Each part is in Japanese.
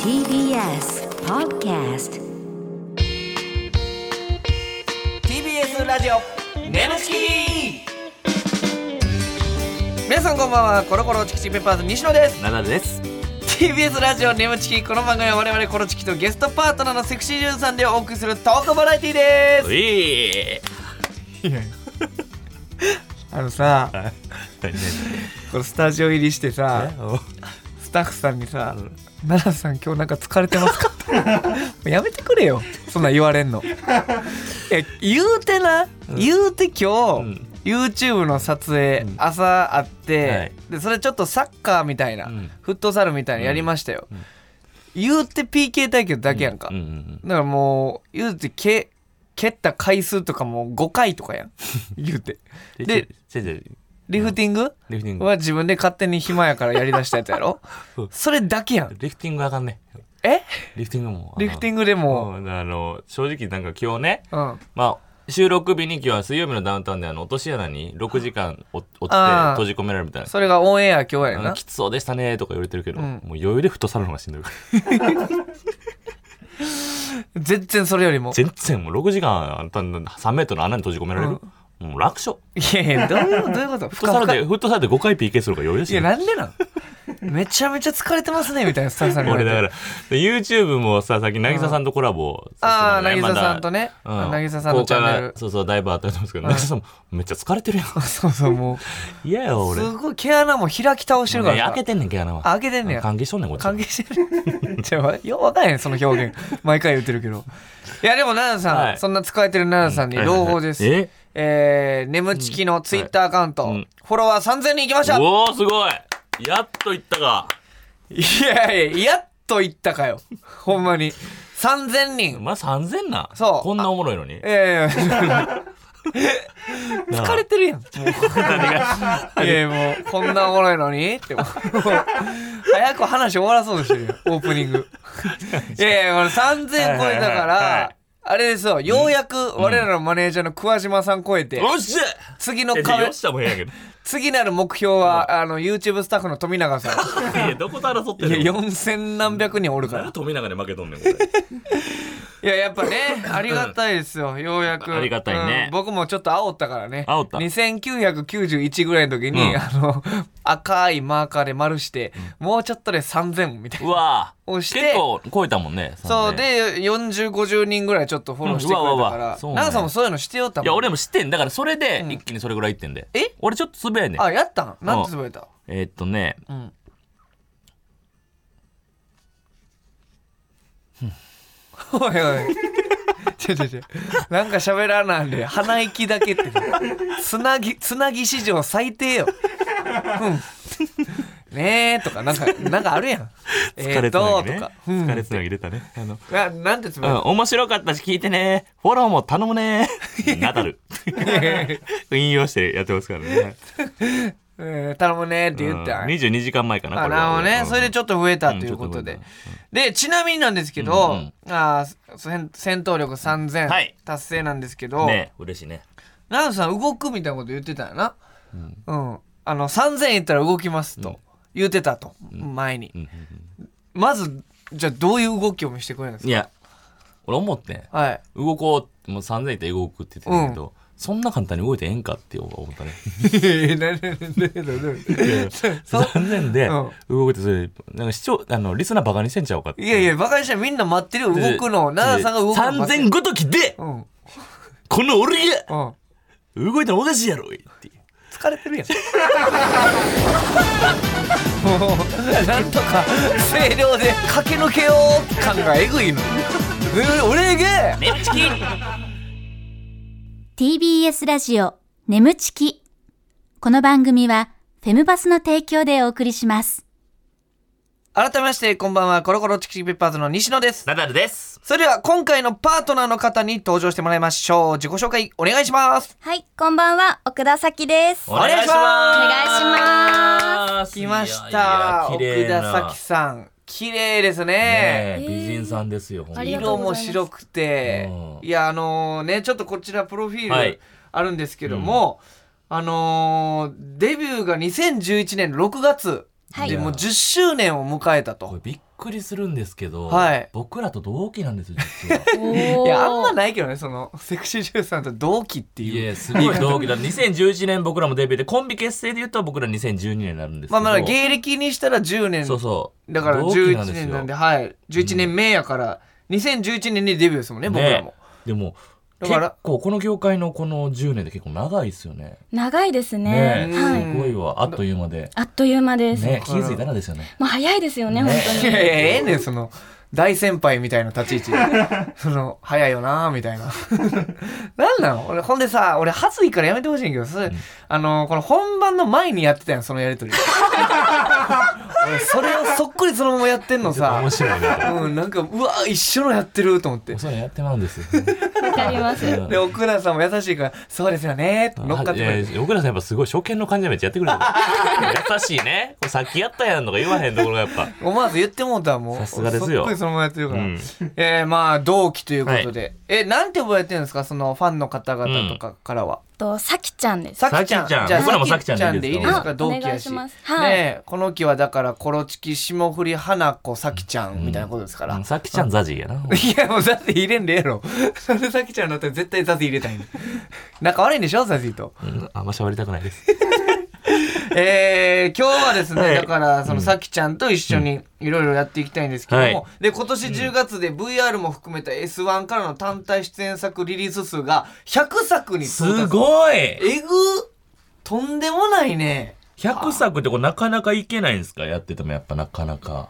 TBS Podcast TBS ラジオネムチキ皆さんこんばんはコロコロチキチキペッパーズ西野ですナダルです。 TBS ラジオネムチキこの番組は我々コロチキとゲストパートナーのセクシージュンさんでお送りするトークバラエティうですえ あのさー。何これスタジオ入りしてさ何スタッフさんにさ「奈良さん今日なんか疲れてますか?」 ってやめてくれよそんなん言われんのいや言うてな、言うて今日、うん YouTube の撮影、うん朝あって、はいでそれちょっとサッカーみたいな、うんフットサルみたいなのやりましたよ、うんうん言うて PK 対決だけやんか、うんうんだからもう言うてけ蹴った回数とかも5回とか やん言うてうん。でで、先生、リフティング、リフティング。は自分で勝手に暇やからやりだしたやつやろ うんそれだけやんリフティングあかんね。えリフティングも。リフティンングでもも。あの、正直なんか今日ね、うん、あまあ、収録日に今日は水曜日のダウンタウンであの落とし穴に6時間お落ちてあー閉じ込められるみたいな。それがオンエア今日やあなのきつそうでしたねとか言われてるけど、うんもう余裕で太さるのがしんどいから全然それよりも全然もう6時間あんた3メートルの穴に閉じ込められる、もう楽勝いやいやどういうどういうこと 太さるで太さるで5回 PK するから余裕ですいや、よなんでなんめちゃめちゃ疲れてますね、みたいなスタッフさんに言わ俺れて。だからで YouTube もささっき渚さんとコラボああ、なぎまさださんとね。うなぎささんのチャンネ公開がそうそうだいぶ当たりますけうどん渚さんもめっちゃ疲れてるやんル。そうそう、も嫌やよう、俺すごい毛穴も開き倒してるからいやさ。開けてんねん毛穴はあ開けてんねや関係しとんねんこっち関係してる。じゃあ、ようわからへん、その表現。毎回言ってるけど。いや、でも、奈々さん、はいそんな疲れてる奈々さんにはいはい朗はい報です。ええー、眠ちきのツイッターアカウント、はいうんフォロワー3000人いきましたいおおすごいやっといったかやいや、やっと言ったかよ。ほんまに。3000人。まあ3000なそうこんなおもろいのにいやいや、疲れてるやん。いやいやもうこんなおもろいのにってもう早く話終わらそうとしてるよオープニングいやいやこれ3000超えたかはいはいはいはらいあれですよようやく我らのマネージャーの桑島さん超えてよっしゃ次のえじゃあ壁よっしゃもうええやけど次なる目標はあの YouTube スタッフの富永さ んいやどこと争っていやるの4000何百人おるか誰がら富永で負けとんねんこれいややっぱねありがたいですよようやくありがたいねうん僕もちょっと煽ったからね煽った2991ぐらいの時に、うんあの赤いマーカーで丸して、もうちょっとで3000みたいなうわー押して結構超えたもんねそ3000うで4050人ぐらいちょっとフォローしてくれたうんうわかうわうらわそうなんや奈々さんもそういうのしてよったもんいや俺も知ってんだからそれでうん一気にそれぐらいいってんで、え俺ちょっとつぶやいねんあやったんなんてつぶやいたえーっとねうんおいおいちょちょちょなんか喋らなんで鼻息だけってつなぎつなぎ史上最低ようんねえとかなんかなんかあるや んえーっととかうん疲れつなぎ出たねあのななんてつぶうんやい面白かったし聞いてねフォローも頼 むねナダル引用してやってますからねたえー頼むねって言ったうん22時間前かなあこれなるはほどねうんそれでちょっと増えたということうでんちょっでちなみになんですけうんうどんあー戦戦闘力3000はい達成なんですけどね嬉しいねナウさん動くみたいなこと言ってたよなうんあの3000いったら動きますと言ってたと前にうんうんまずじゃあどういう動きを見せてくれるんでうんすいや俺思ってんかはい動こうもう3000いったら動くって言ってたんだけど、そんな簡単に動いてええんかって思ったねそう3000でうん動いてそれなんか視聴あのリスナーバカにしてんちゃうかって いやいやバカにしたらみんな待ってるよ動くのナウさんが動くの待ってる3000ごときでうんうんこの俺が動いたらおかしいやろっていう疲れて るやんもうなんとか声量で駆け抜けよう感がえぐいのえ俺が TBS ラジオ眠ちきこの番組はフェムバスの提供でお送りします改めましてこんばんはコロコロチキチキペッパーズの西野ですナダルですそれでは今回のパートナーの方に登場してもらいましょう自己紹介お願いしますはいこんばんは奥田咲ですお願いします来ましたいやいや奥綺麗田な咲さん綺麗ですねねえ美人さんですよほんとありがとう色も白くてうんいやあのねちょっとこちらプロフィーはルいあるんですけども、あのーデビューが2011年6月はいでもう10周年を迎えたことれ。びっくりするんですけど、はい僕らと同期なんですよ実はいいや、あんまないけどね、その、セクシージューさんと同期ってい いう。やすごい同期だ2011年僕らもデビューでコンビ結成で言うと僕ら2012年になるんですけまあどまあ、芸歴にしたら10年。そうそうだから同期なん11ですよ年なんで、はい。11年目やから、2011年にデビューですもんね、僕らもね。でもだから結構この業界のこの10年で結構長いですよね長いですねねえはい、すごいわあっという間であっという間です、ね気づいたらですよねもう早いですよねね本いやいや、ええねん、その、大先輩みたいな立ち位置。 その、早いよなみたいな。 なんなの俺、ほんでさ、俺、恥ずいからやめてほしいんやけど、それ、あの、この本番の前にやってたやん、そのやり とり。俺、それをそっくりそのままやってんのさ面。白いね うん、なんか、うわ、一緒のやってると思って。そういうのやってまうんですよ、ね、当にわかりますうんで、奥田さんも優しいから、そうですよねって乗っかってくれいる。や奥田さんやっぱすごい初見の感じめっちゃやってくれる優しいねこれさっきやったやんとか言わへんところがやっ ぱ思わず言ってもうたわもう。さすがですよそっくりそのままやってるから。うんえー、まあ、同期ということで。え、なんて呼ばれてるんですかその、ファンの方々とかからは。とさきちゃんですさきちゃん。さきちゃんじゃあ僕らもさきちゃさんきちゃでんでいいいいでですすあかか同期お願やいしし。ますはい、ねえ、この期はだから、コロチキ、霜降り、花子、さきちゃんみたいなことですから。うんさっきちゃんザジーやないや、もうザズ入れんでええやろ。それさきちゃんだったら絶対ザズ入れたいねん。仲悪いんでしょザズと。うんあんま喋りたくないです えー、今日はですね、はいだからそのさきちゃんと一緒にいろいろやっていきたいんですけども、はいで今年10月で VR も含めた S1 からの単体出演作リリース数が100作に到達すごいえぐとんでもないね !100 作ってこれなかなかいけないんですかやっててもやっぱなかなか。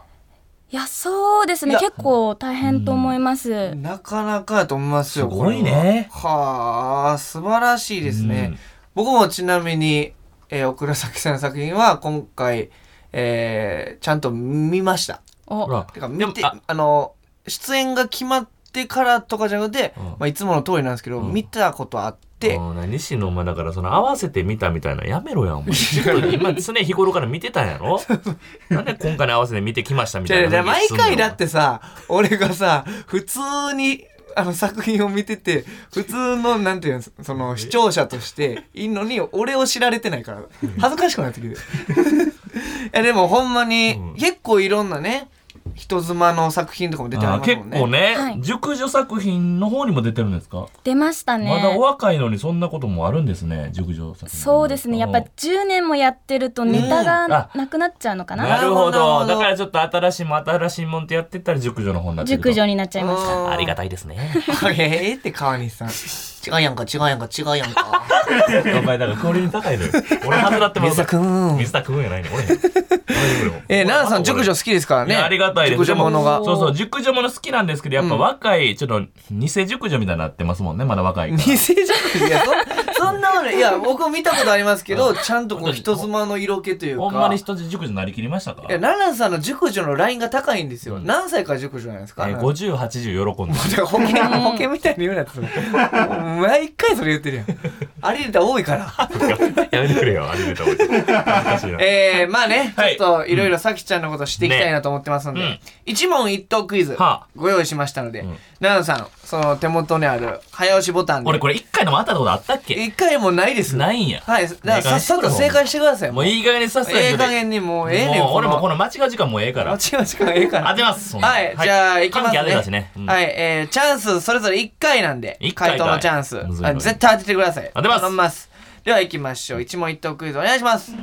いやそうですいねや結構大変と思います、なかなかやと思いますよすごいねこれははあ素晴らしいですね、うん僕もちなみに、えー、奥田咲さんの作品は今回、えー、ちゃんと見ましたおほらてか見てでもああの出演が決まってからとかじゃなくて、うんまあ、いつもの通りなんですけど、うん見たことあって、もうな西野お前だからその合わせてみたみたいなのやめろやお前ちょっと今常日頃から見てたんや ろなんで今回の合わせて見てきましたみじたいゃなあじゃあ毎回だっててさ俺がさ普通にあの作品を見てて普通のなんていうのその視聴者としていいのに俺を知られてないから恥ずかしくなって くるいやでもほんまに、うん結構いろんなね人妻の作品とかも出てあります結もんね構ね、はい熟女作品の方にも出てるんですか、出ましたねまだお若いのにそんなこともあるんですね熟女作品そうですねやっぱうん10年もやってるとネタがなくなっちゃうのかなな、なるるほどほどだからちょっと新しいもん新しいもんってやってったら熟女の方になってると熟女になっちゃいましうんありがたいですね ええって川西さん違うやんか違うやんか違うやんかお前だからクオリティ高いのよ俺外だってます水田くん水田くんやないの俺やえー、奈々さん、熟女好きですからいね。やありがたいです熟女ものが。そうそう熟女もの好きなんですけどやっぱ若いちょっと偽熟女みたいになってますもんねまだ若いから偽熟女いや、 そんそんなもの、いや、僕も見たことありますけど、ちゃんとこう、人妻の色気というか。ほんまに人質熟女になりきりましたかいや、奈々さんの熟女のラインが高いんですよ。何歳から熟女なんですか、えー50、80喜んでだから保険、保険みたいに言うなって、それ毎回それ言ってるや ん。ありれた多いから。る。 やめてくれよ、アニメと思って。恥ずかしいなえー、まあね、ちょはっといいろいろさきちゃんのことしていきたいなと思ってますので、ね一問一答クイズはあご用意しましたので、ん奈々さん、その手元にある早押しボタンで。俺これ一回のもあったことあったっけ一回もないです。ないんや。はい、だからさっさと正解してください。もういい加減にさせてええ加減にもうええねん。もう俺もこの。の間違う時間もうええから。間違う時間ええから。当てますそんなはい、はいじゃあ、いきますね。歓喜当てたしねうんはい、えー、チャンス、それぞれ1回なんで。一回かい回答のチャンス。むずいあのに絶対当ててください。当てます頼みます。では、行きましょう。一問一答クイズお願いします。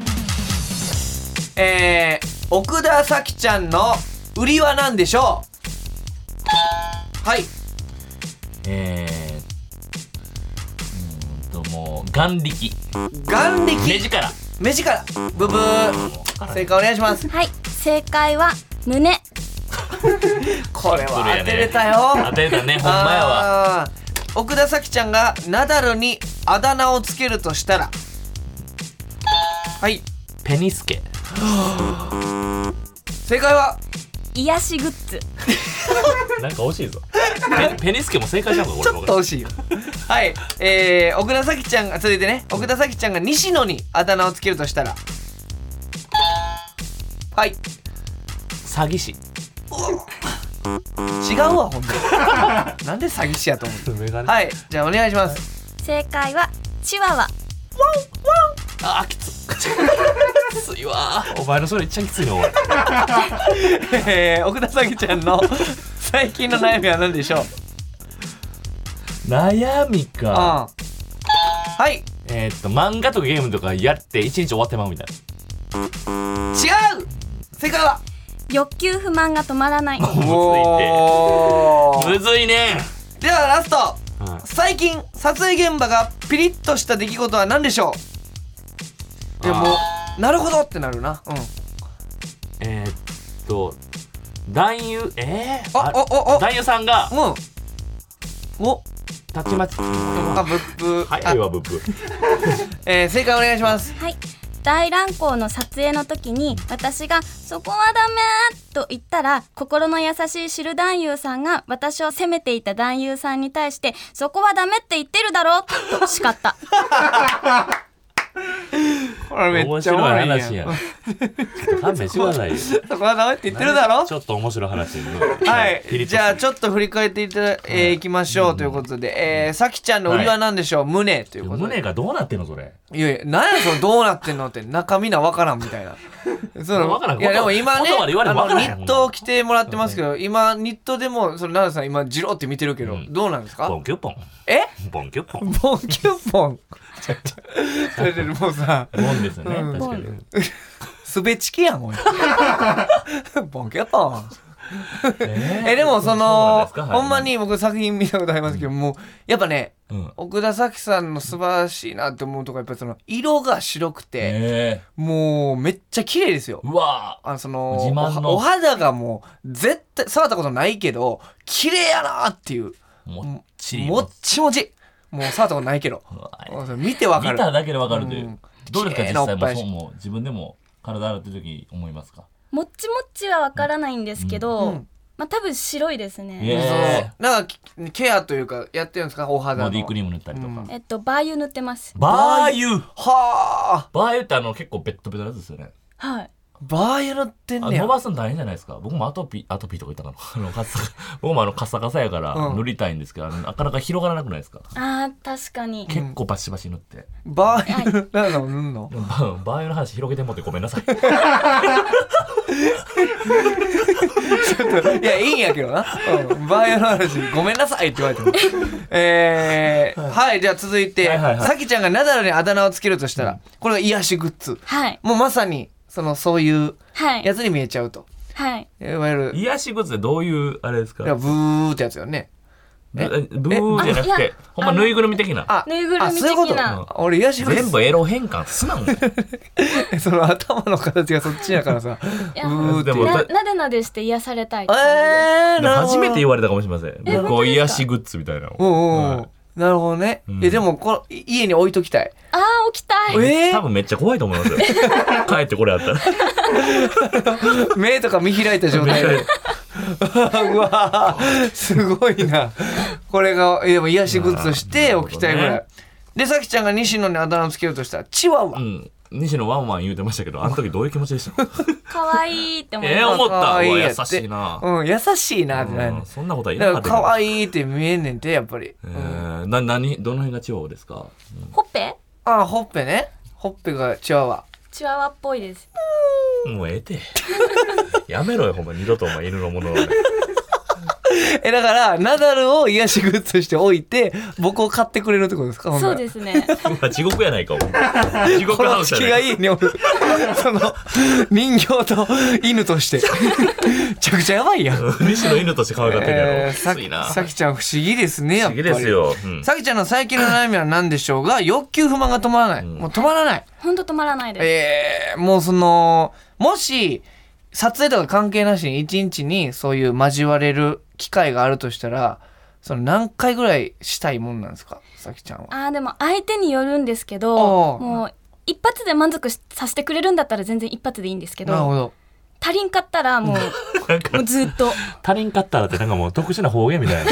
えー、奥田咲ちゃんの売りは何でしょうはい。えー、うーんともう眼力眼目力、力目力、ブブー。正解お願いします。はい正解は胸これそれはやね当てれたよ。当てたねほんまやわあー奥田咲ちゃんがナダルにあだ名をつけるとしたらはいペニスケ正解は癒しグッズなんか惜しいぞペペニスケも正解したのかち俺ょっ分とか惜しいよ はいえー、奥田咲ちゃんが続いてね奥田咲ちゃんが西野にあだ名をつけるとしたらはい詐欺師違うわほんと なんで詐欺師やと思ってはいじゃあお願いします正解はチワワああきつついわお前のそれめっちゃきついの俺えー、奥田咲ちゃんの 最近の悩みは何でしょう悩みうんかはい違うえーっと漫画とかゲームとかやって一日終わってまうみたい正解は欲求不満が止まらない。 むずいっておなーむずいねではラストはい最近撮影現場がピリッとした出来事は何でしょうでもなるほどってなるなうんえーっと男優えー、ああおおお男優さんがうんおたちまちあぶっ ぶ早いわブッブえー、正解お願いしますはい。大乱行の撮影の時に私が「そこはダメ!」と言ったら心の優しい知る男優さんが私を責めていた男優さんに対して「そこはダメって言ってるだろ!」と叱 ったこれめ面っちゃおも白いろい話や やんんちょっと勘弁してください よそこはダメって言ってるだろちょっと面白い話やねはい。じゃあ、あちょっと振り返っていただ、えーいきましょうということで、えー、さきちゃんの売りは何でしょう、胸ということで。胸がどうなってんのそれいやいや、何やそのどうなってんのって、中身なわからんみた いな。そわからんいや、でも今ね、言葉で言われあてもの、わからんニやんットを着てもらってますけど、今、ニットでも、その、奈良さん今、ジロって見てるけど、うんどうなんですボかンキュッポンえボンキュッポ ンボンキュッポン。それでもうさ、ボンですよねうん確かにすべちきやん、おい。 ボンキュッポン。ええ、でもそなんの、ですかほんまに僕作品見たことありますけど、もう、やっぱね、うん奥田咲さんの素晴らしいなって思うとこやっぱりその色が白くて、えもうめっちゃ綺麗ですよー。うわあのその自慢のおお肌がもう絶対触ったことないけど綺麗やなっていうーもっちりもっちもちもう触ったことないけどうわもうそれ見てわか見るただけでわかるという、うんどうですか綺麗実なおっ際ぱもいそうも自分でも体洗ってる時に思いますかもっちもっちはわからないんですけど、うんまあ多分白いですね、えそうーなんかケアというかやってるんですかお肌のボディクリーム塗ったりとか、うんえっとバー油塗ってますバー油はあバー油ってあの結構ベッドベトのやつですよねはいバー油塗ってんあねや伸ばすの大変じゃないですか僕もアトピーアトピーとか言ったかなあの カサ僕もあのカサカサやからうん塗りたいんですけど、あのなかなか広がらなくないですかあー確かに結構バシバシ塗って、バー油なんか塗ん のでもババー油の話広げてもってごめんなさ いいや、いいんやけどな。うん、バーヤの話、ごめんなさいって言われても。えー、はい、じゃあ続いて、はいはいはいさきちゃんがナダルにあだ名をつけるとしたら、これが癒しグッズ。はいもうまさに、その、そういうはいやつに見えちゃうと。はいいわゆる、い癒しグッズってどういうあれですかやブーってやつよね。ブブーじゃなくあいてやほんまぬいぐるみ的なあ、ぬいぐるみあそういうこと的な俺、癒しグッ全ズ。部エロ変換すなもんその頭の形がそっちやからさ、いブやーってでもななでなでして癒されたいって感じですえー、なるほど初めて言われたかもしれません。僕を癒しグッズみたいなの。おうおうおうはいなるほどね。んえ、でもこの、い家に置いときたい。あー起きたいえー多分めっちゃ怖いと思います よ。帰ってこれあったら。目とか見開いた状態で。うわーすごいな。これが、えでも癒しグッズとしておきたいぐならるい。で、さきちゃんが西野にあだ名をつけようとしたら、チワうワ。ん。西野ワンワン言うてましたけど、あの時どういう気持ちでした可愛いって思いええま思った。う可わ愛いや優つしいな。うん、優しいなってなるうんそんなことは言だわかなら、かった可けど。愛いって見えんねんて、やっぱり。えーな、なに、どの辺が地方ですかすほっぺあ、ほっぺね。ほっぺがチワワ。チワワっぽいですもうええて。 やめろよ、ほんま。二度とお前犬のものを。え、だから、ナダルを癒しグッズとして置いて、僕を買ってくれるってことですかほんなそらうですねまあ地獄やないか、お 前地獄こハのウス地や球がないか。家におる その人形と犬として めちゃくちゃやばいやん、西野犬として可愛がってるやえろ。ーさきついな。さきちゃん不思議ですねやっぱり不思議ですようんさきちゃんの最近の悩みは何でしょうが欲求不満が止まらない、もう止まらないほんと止まらないですえー、もうそのもし撮影とか関係なしに一日にそういう交われる機会があるとしたらその何回ぐらいしたいもんなんですかさきちゃんはあーでも相手によるんですけどおーもう一発で満足しさせてくれるんだったら全然一発でいいんですけなるほどど足りんかったらもう もうずっと他人勝ったらってなんかもう特殊な方言みたいな。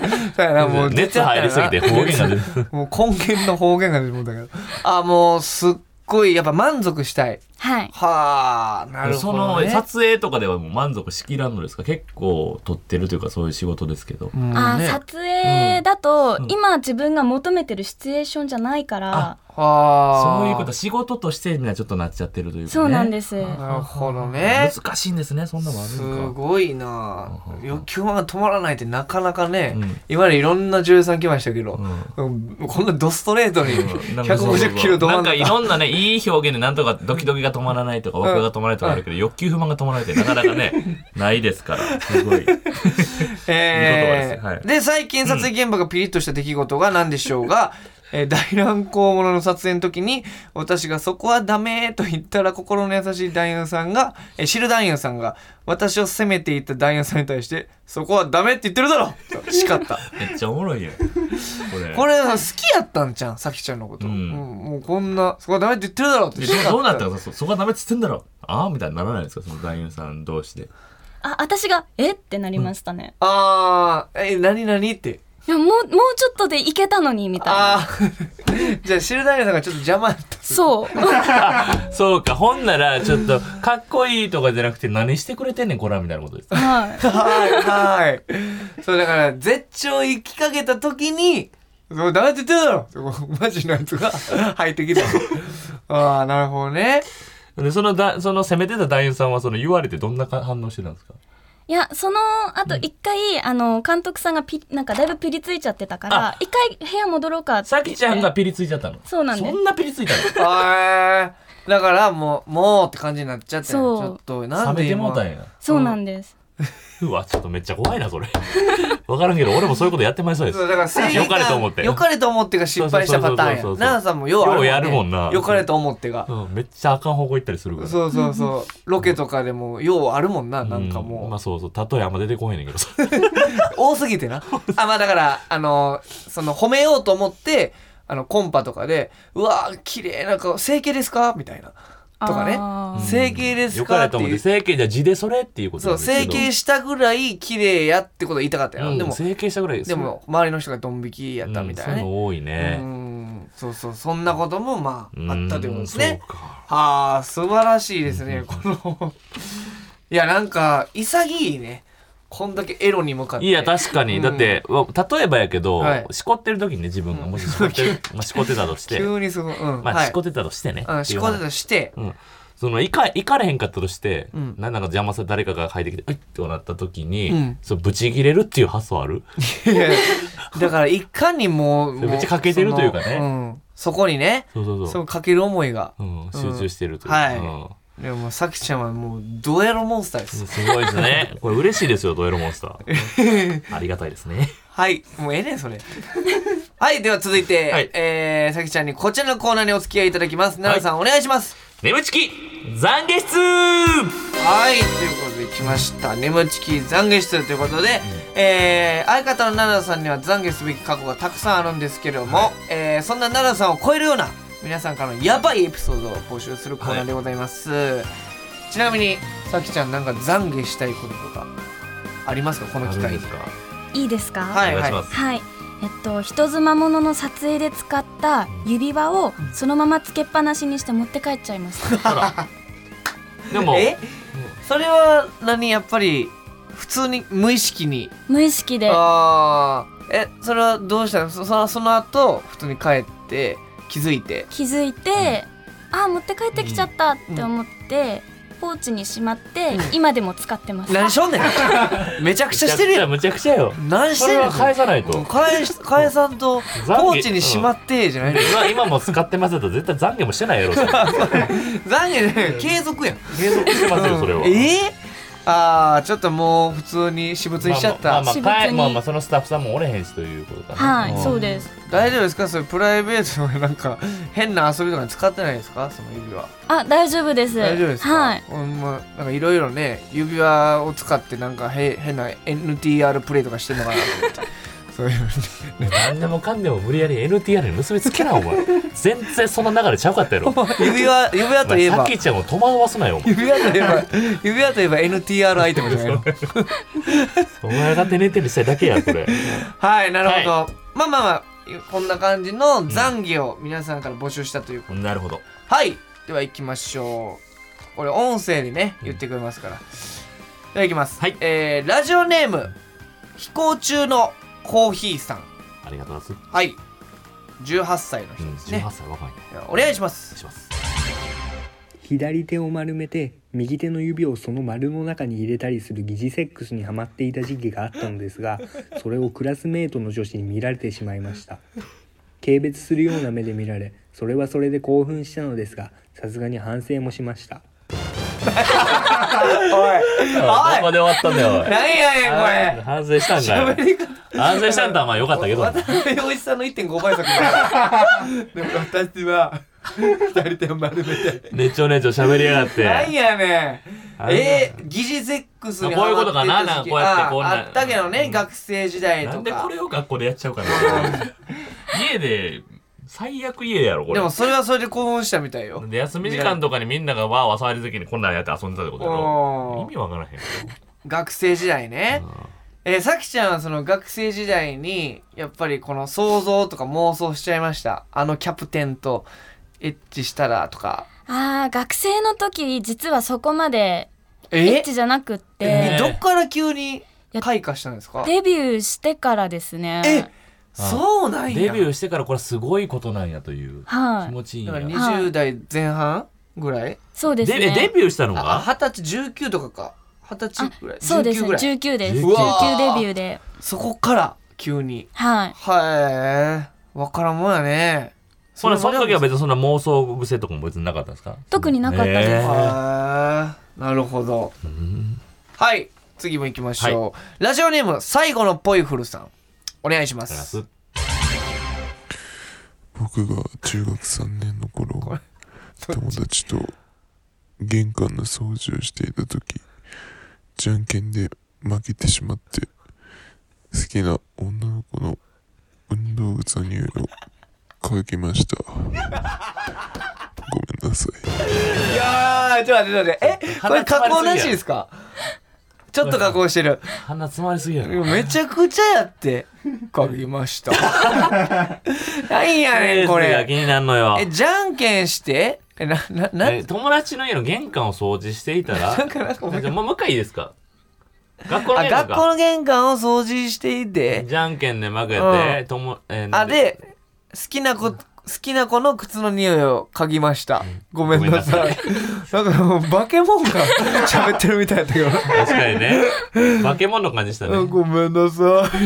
だからもう出ち熱ゃったよ入なりすぎて方言が出 る。もう根源の方言が出てもうたけど。あ、もうすっごいやっぱ満足したい。はいはあ、なるそほど、のね。撮影とかではもう満足しきらんのですか結構撮ってるというかそういう仕事ですけど。もうねあー撮影だと、ん今自分が求めてるシチュエーションじゃないから、はあ。そういうこと、仕事としてみんなちょっとなっちゃってるというか、ね。そうなんです、なるほどね。難しいんですね、そんなのあるすんか。ごいなあ欲求が止まらないってなかなかね、うん今までいろんな女優さん来ましたけど、うんこんなドストレートになんかそうそうそう150キロどな真んんかい中ろんなね、いい表現でなんとかドキドキが止まらないとか、ワクワクが止まらないとかあるけど、欲求不満が止まらないってなかなか ね、ないですから、すごい。えいい言葉ですはいーで最近撮影現場がピリッとした出来事が何でしょうが、えー大乱行者の撮影の時に私が「そこはダメ」と言ったら心の優しい男優さんが、えー知る男優さんが私を責めていた男優さんに対して「そこはダメって言ってるだろ!」と叱った。めっちゃおもろいやん。これ。これ好きやったんじゃんさきちゃんのこと、うんうんもうこんなそこはダメって言ってるだろうってで知どうなったののそそこはダメっつってんだろああみたいにならないですかその男優さん同士で。あ私が「えっ?」てなりましたね、あーえ何何っていやもうもうちょっとでいけたのにみたいなあー じゃあ知るダイさんがちょっと邪魔やったそう そうか、ほんなら、ちょっと、かっこいいとかじゃなくて、何してくれてんねん、こら、みたいなことですか。はいはいはいそうだから絶頂行きかけた時に「そうダメって言ってるだろ!」ってこうマジのやつが 入ってきたああなるほどねで、そのだ、その攻めてた男優さんは、その言われてどんなか反応してたんですかいやその後一回、あの監督さんがピなんかだいぶピリついちゃってたかあら一回部屋戻ろうかって言さってきちゃんがピリついちゃったの。そうなんですそんなピリついたあーだからもうもうって感じになっちゃってちそうょっとなのん冷でめて今もうたんや。そうなんです、うわ、ちょっとめっちゃ怖いな、それ。 わからんけど、俺もそういうことやってまいそうですそ。うだから正義感良かれと思って良かれと思ってが失敗したパターンやそうそうそうそうそう奈々さんもようあるもん、ね、ようやるもんな良かれと思ってが、うん、めっちゃあかん方向行ったりするから。そうそうそうロケとかでもようあるもんな、うなんかもう、まあそうそう、例えあんま出てこへんねんけどさ。多すぎてなあまあだからあのその褒めようと思ってあのコンパとかで「うわー綺麗な顔整形ですか?」みたいなとかねあ「ー整形ですよかか?」れってと思っいてう整形じゃ字でそれっていうことそなうんですけど整形したぐらい綺麗やってことを言いたかったよ、うんでも整形したぐらいでも周りの人がドン引きやそっうたみたいなね、うんそういうの多いうねんそうそうそんなこともまああったということですねうんそうかはあ素晴らしいですねこのいやなんか潔いねこんだけエロに向かっていいや確かに、うんだってわ例えばやけど、はいしこってる時にね自分がもししこってる、まあ、しこってたとして 急にすごい、うんまあ、はいしこってたとしてねうん、仕事たと して、うんそのいかいかれへんかったとして、うんなんなんか邪魔さ誰かが入ってきて「うっ!」ってなった時に、うんそうブチ切れるっていう発想あるだからいかにもうめっちゃ欠けてるというかねそのうん、そこにねそうそうそうそのかける思いが、うん、集中してるというはいうんでもさきちゃんはもうドエロモンスターです、すごいですね。これ嬉しいですよ、ドエロモンスター。 ありがたいですね。はいもうええねんそれ はいでは続いて、はいえーさきちゃんにこちらのコーナーにお付き合いいただきます奈々さん、お願いします眠ちき懺悔室はいということで来ました「眠ちき懺悔室」ということで、えー相方の奈良さんには懺悔すべき過去がたくさんあるんですけれども、えーそんな奈良さんを超えるような皆さんからのヤバいエピソードを募集するコーナーでございます、ちなみにさきちゃんなんか懺悔したいこととかありますかこのあ機るん会にですかいいですかはいお願いします。はいえっと人妻ものの撮影で使った指輪をそのままつけっぱなしにして持って帰っちゃいま したでも、えそれは何やっぱり普通に無意識に無意識でああえそれはどうしたのそそその後普通に帰って気づいて気づいて、ああ持って帰ってきちゃったって思って、ポーチにしまって、今でも使ってます何しょんね んめちゃくちゃしてるやんむちゃくちゃよ。何しそてれんは返のさないと。返し返さんと懺悔ポーチにしまってじゃないの今今も使ってますだと絶対懺悔もしてないやろ。そ れ残悔じゃない継続やん継続してますよそれはえー、ああちょっともう普通に私物にしちゃった、まあまあまあまあ私物帰にまあまあそのスタッフさんもおれへんしということかな。はい、んそうです大丈夫ですかそれプライベートのなんか変な遊びとかに使ってないですかその指輪あ大丈夫です大丈夫ですかはいうんまあ、なんかいろいろね指輪を使ってなんかへ変な NTR プレイとかしてんのかなと思ってそういうのね何でもかんでも無理やり NTR に結びつけな お前。全然そんな流れちゃうかったやろ。指輪指輪おとい前 えさばきちゃんを戸惑わすなよお前。指輪といえば指輪といえば NTR アイテムじゃないのお前が手ねてにしたいだけや これ。はいなるほど、まあまあまあこんな感じの懺悔を皆さんから募集したということ、なるほど。はいでは行きましょうこれ音声でね言ってくれますから、ではいきます、はいえーラジオネーム飛行中のコーヒーさんありがとうございま。はい18歳の人ですすうん、ね18、歳若いね。お願いしますします。左手を丸めて右手の指をその丸の中に入れたりする疑似セックスにハマっていた時期があったのですがそれをクラスメートの女子に見られてしまいました軽蔑するような目で見られそれはそれで興奮したのですがさすがに反省もしましたおいここおいで終わったんだよ おい。何やねんこれ反省したんか喋よ。り方反省したんだまあよかったけど。渡辺陽一さんの1.5倍速 だでも私は二人手を丸めてねちょねちょ喋りやがって。なんやねんあえー、疑似セックスにこういうことかなハマてた時期なんかこうやあーってこんなんあったけどね、学生時代とかなんでこれを学校でやっちゃうかな。 家で、最悪家やろ、これ。でもそれはそれで興奮したみたいよで休み時間とかにみんながわーわー騒いでる時にこんなんやって遊んでたってことやうんろ。意味わからへんよ。学生時代ねえー、さきちゃんはその学生時代にやっぱりこの想像とか妄想しちゃいましたあのキャプテンとエッチしたらとかあー学生の時実はそこまでエえッチじゃなくってえどっから急に開花したんですかデビューしてからですねえそうなんやデビューしてからこれはすごいことなんやというは気い持ちいいんだやから。は20代前半ぐらいそうですでえねデビューしたのあが二十歳19とかか二十歳ぐらいそうです19ぐらい19ですうわー19デビューでそこから急にはいはえわからんもんやねそのその時はに別にそんな妄想癖とかも別になかったんですか特になかったですねえはえなるほどはい次も行きましょう、ラジオネーム最後のポイフルさんお願いしまだからすす僕が中学3年の頃友達と玄関の掃除をしていた時じゃんけんで負けてしまって好きな女の子の運動靴の匂いを嗅ぎましたごめんなさいいやーちょっと待って待ってえこれ加工なしですかちょっと加工してる鼻詰まりすぎやろ。めちゃくちゃやって書きま したなんやねんこペースが気れになるのよ。えじゃんけんしてえなななえ友達の家の玄関を掃除していたら、 なんかなんかじゃあもうもう一回いいですか学校のあ玄関学か校の玄関を掃除していてじゃんけんで負けて、うんともえーあで好きな子好きな子の靴の匂いを嗅ぎましたごめんなさい なんかもう化け物が喋ってるみたいだった けど確かにね化け物の感じしたねうんごめんなさい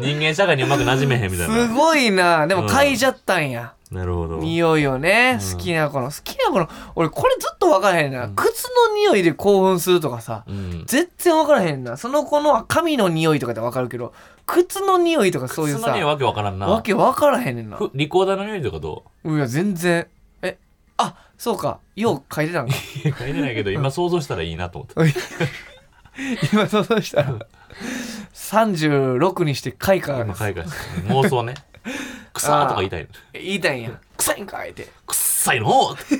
人間社会にうまく馴染めへんみたいすなごいなでも嗅いじゃったんや、なるほど匂いをね、うん好きな子の好きな子の俺これずっと分からへんな、靴の匂いで興奮するとかさうん全然分からへんなその子の髪の匂いとかで分かるけど靴の匂いとかそういう靴のさ匂いわけわからんなわけ分からへんねんなふリコーダーの匂いとかど いや全然えあそうかよう書いてたんかう書いてないけど今想像したらいいなと思って 今そうそうしたら36にして開花今海外妄想 ね草とか言いたいの言いたいんや臭いんかいってくっさいのって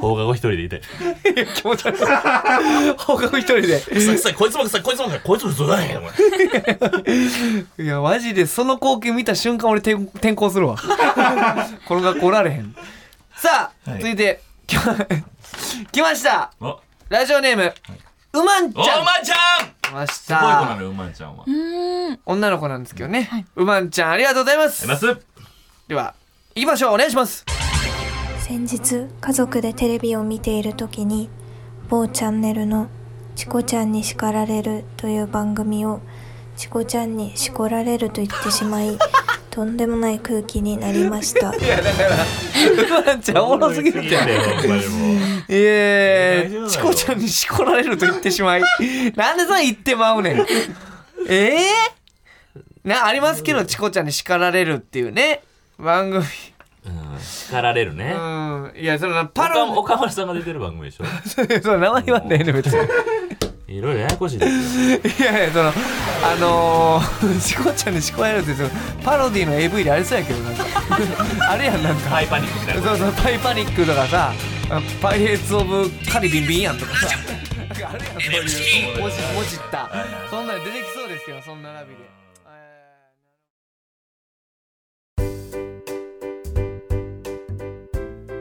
放課後一人で言いたいいや気持ち悪い放課後一人でくさいくさいこいつもくさいこいつもくさいこいつも嘘だよお前いや、マジでその光景見た瞬間俺転転校する わ。この学校おられへん。さあ、はい続いて、きま来ましたおおラジオネーム、うまんちゃんうまちゃん来ましすごい子なたのようまちゃんは女の子なんですけどね。うまんちゃん、ありがとうございますい。ますでは、行きましょう。お願いします。先日家族でテレビを見ている時に某チャンネルの「チコちゃんに叱られる」という番組を「チコちゃんにしこられる」と言ってしまいとんでもない空気になりましたうまんちゃん、おもろすぎるじゃん。え大丈夫ー、だよチコちゃんにしこられると言ってしまい。なんでそれ言ってまうねん。えー、な、ありますけど、チコちゃんに叱られるっていうね、番組。うん叱られるねうん。いや、そのな、パ岡ロン、岡村さんが出てる番組でしょその名前言わんでええねん別に。いろいろややこしいですよいやいや、その、あのー、チコちゃんにしこられるって、その、パロディの AV でありそうやけど、なんか。あれやん、なんか。ハイパニックみたいなそうそう、パイパニックとかさ、あパイレーツ・オブ・カリビンビンやんとかさ、なんかあるやん、そういう、もじもじった、そんなの出てきそうですけど、そんな並びで。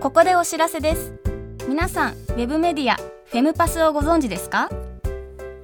ここでお知らせです皆さんウェブメディアフェムパスをご存知ですか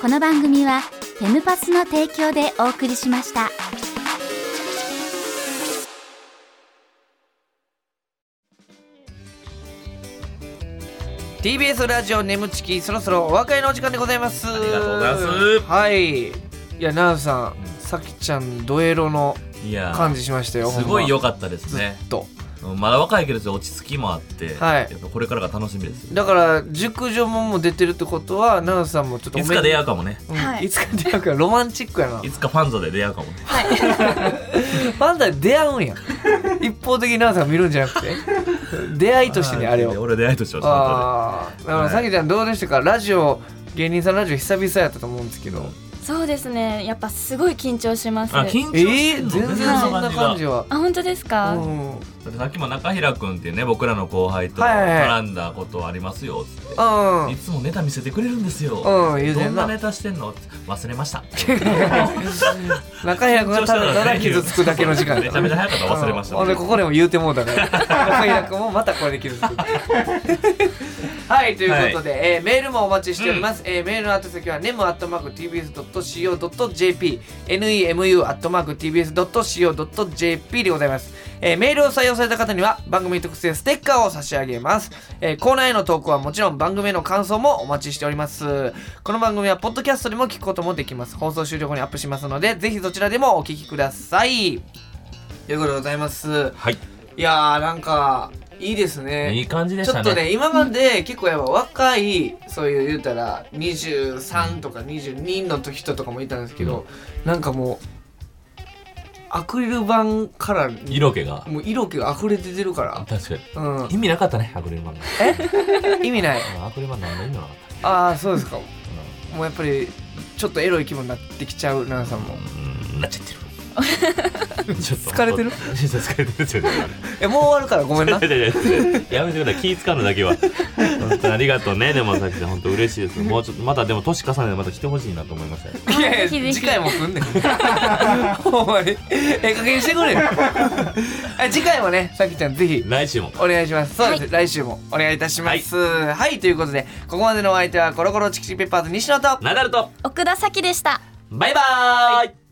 この番組はフェムパスの提供でお送りしましたす TBS ラジオ眠ちきそろそろお別れのお時間でございますありがとうございますはいいやナウさんさきちゃんドエロのいやー感じしましたよすごい良よかったですねとまだ若いけど落ち着きもあって、はいやっぱこれからが楽しみですだから熟女ももう出てるってことはナウさんもちょっとおいめつか出会うかもねうんはいいつか出会うからロマンチックやないつかファンゾで出会うかもねパンダに出会うんや一方的にナウさんが見るんじゃなくて出会いとしてねあれを俺出会いとしてはちゃんああだからはいさきちゃんどうでしたかラジオ芸人さんラジオ久々やったと思うんですけどそうですねやっぱすごい緊張しますとねあ緊張してえるー、の全然そんな感じがは、あ本当ですか、うんうんだってさっきも中平君っていうね僕らの後輩とはいはいはい絡んだことありますよつって、い、つもネタ見せてくれるんですよ、うん言うてどんんななネタしてんのって忘れ ました中平君がただただ傷つくだけの時間めちゃめちゃ早かった忘れましたうん俺ここでも言うてもうたから 中平君もまたこれで傷つくはいということで、えーメールもお待ちしております、えーメールの宛先は nemu.tbs.co.jp nemu.tbs.co.jp でございます、えーメールを採用された方には番組特製ステッカーを差し上げます、えーコーナーへの投稿はもちろん番組への感想もお待ちしておりますこの番組はポッドキャストでも聞くこともできます放送終了後にアップしますのでぜひそちらでもお聞きくださいということでございますはいいやーなんかいいですねいい感じでしちたょねっとね今まで結構やっぱ若いそういう言うたら23とか22の時ととかもいたんですけど、なんかもうアクリル板から色気がもう色気が溢れ出てるか確かにら、うん、意味なかったねアクリル板が意味ないアクリル板何の意味もなかったああそうですかもうやっぱりちょっとエロい気分になってきちゃう奈々さんもうんなっちゃってるちょっと疲れてるちょっと疲れてるちょっとえもう終わるからごめん ないやいやいややめてください気使うのだけは本当にありがとうねでもさきちゃん本当嬉しいですもうちょっとまたでも年重ねてまた来てほしいなと思いましたよいやぜひいぜやひ次回も来んねんほんまにええ加減してくれよあ次回もねさきちゃんぜひ来週もお願いしますそうです、来週もお願いいたしますはい、ということでここまでのお相手はコロコロチキチキペッパーズ西野とナダルと奥田咲でしたバイバーイ